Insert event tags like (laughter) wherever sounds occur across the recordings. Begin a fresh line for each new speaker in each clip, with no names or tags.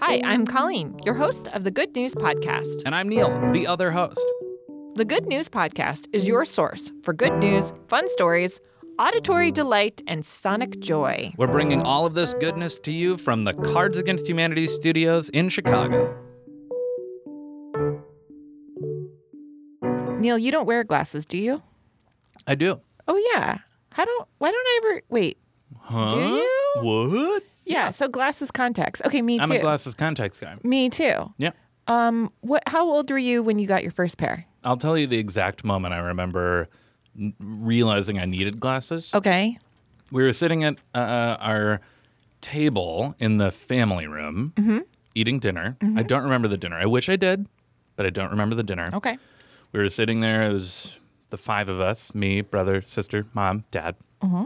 Hi, I'm Colleen, your host of the Good News Podcast.
And I'm Neil, the other host.
The Good News Podcast is your source for good news, fun stories, auditory delight, and sonic joy.
We're bringing all of this goodness to you from the Cards Against Humanity studios in Chicago.
Neil, you don't wear glasses, do you?
I do.
Oh yeah. How don't why don't I ever wait?
Huh?
Do you?
What?
Yeah, so glasses contacts. Okay, me
I'm
too.
a glasses contacts guy.
me too.
Yeah.
Um what how old were you when you got your first pair?
I'll tell you the exact moment I remember n- realizing I needed glasses.
Okay.
We were sitting at uh, our table in the family room
Mm-hmm.
eating dinner. I don't remember the dinner. I wish I did, but I don't remember the dinner.
Okay.
We were sitting there. It was the five of us me, brother, sister, mom, dad.
Mm-hmm.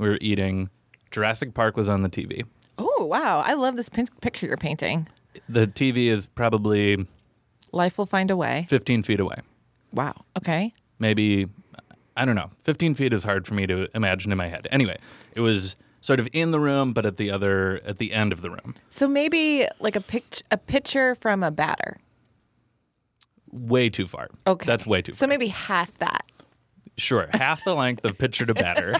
We were eating. Jurassic Park was on the TV.
Oh, wow. I love this pin- picture you're painting.
The TV is probably
Life will find a way.
15 feet away.
Wow. Okay.
Maybe, I don't know. 15 feet is hard for me to imagine in my head. Anyway, it was sort of in the room, but at the other, at the end of the room.
So maybe like a pic- a picture from a batter.
Way too far.
Okay.
That's way too
So
far.
maybe half that.
Sure. Half the length of pitcher to batter.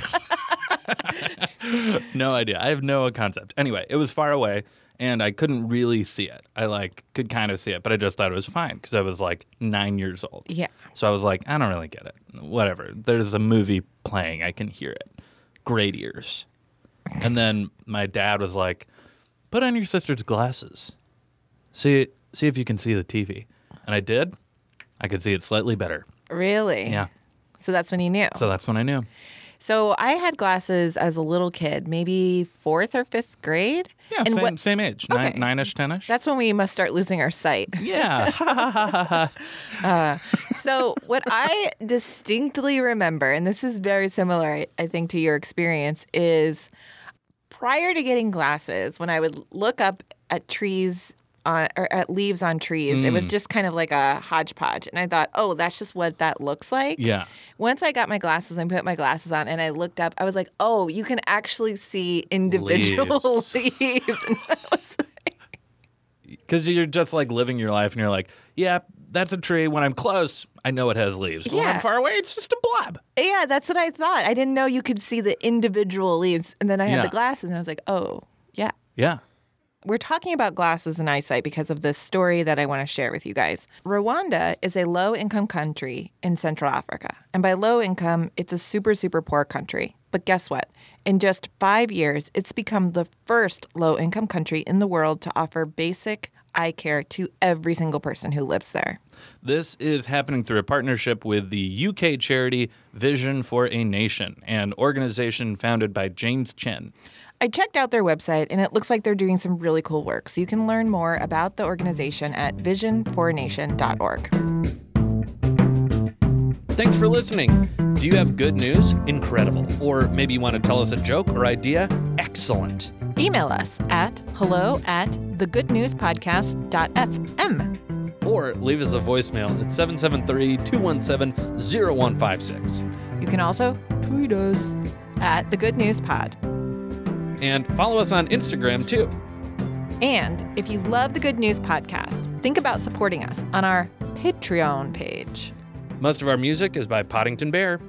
no idea. I have no concept. Anyway, it was far away and I couldn't really see it. I like could kind of see it, but I just thought it was fine because I was like nine years old.
Yeah.
So I was like, I don't really get it. Whatever. There's a movie playing. I can hear it. Great ears. And then my dad was like, put on your sister's glasses. See see if you can see the TV. And I did. I could see it slightly better.
Really?
Yeah.
So that's when you knew.
So that's when I knew.
So I had glasses as a little kid, maybe fourth or fifth grade.
Yeah,
and
same,
what-
same age,
Okay.
nine, nine-ish, ten-ish.
that's when we must start losing our sight.
(laughs)
(laughs)
yeah,
so
(laughs)
what I distinctly remember, and this is very similar, I- I think, to your experience, is prior to getting glasses, when I would look up at trees on, or at leaves on trees, it
Mm.
was just kind of like a hodgepodge, and I thought, oh, that's just what that looks like.
yeah.
Once I got my glasses and put my glasses on and I looked up, I was like, oh, you can actually see individual (laughs) leaves.
Leaves.
And I was like,
Because you're just like living your life, and you're like, yeah, that's a tree. When I'm close, I know it has leaves. When
Yeah.
I'm far away, it's just a blob.
(laughs) yeah, that's what I thought. I didn't know you could see the individual leaves. And then I had the
Yeah.
glasses and I was like, oh, yeah.
Yeah.
We're talking about glasses and eyesight because of this story that I want to share with you guys. Rwanda is a low income country in Central Africa. And by low income, it's a super, super poor country. But guess what? In just five years, it's become the first low income country in the world to offer basic eye care to every single person who lives there.
This is happening through a partnership with the UK charity Vision for a Nation, an organization founded by James Chen.
I checked out their website and it looks like they're doing some really cool work. So you can learn more about the organization at visionforanation.org.
Thanks for listening. Do you have good news? Incredible. Or maybe you want to tell us a joke or idea? Excellent.
Email us at hello at thegoodnewspodcast.fm.
Or leave us a voicemail at 773 217 0156.
You can also tweet us at the Good News Pod.
And follow us on Instagram too.
And if you love the Good News Podcast, think about supporting us on our Patreon page.
Most of our music is by Poddington Bear.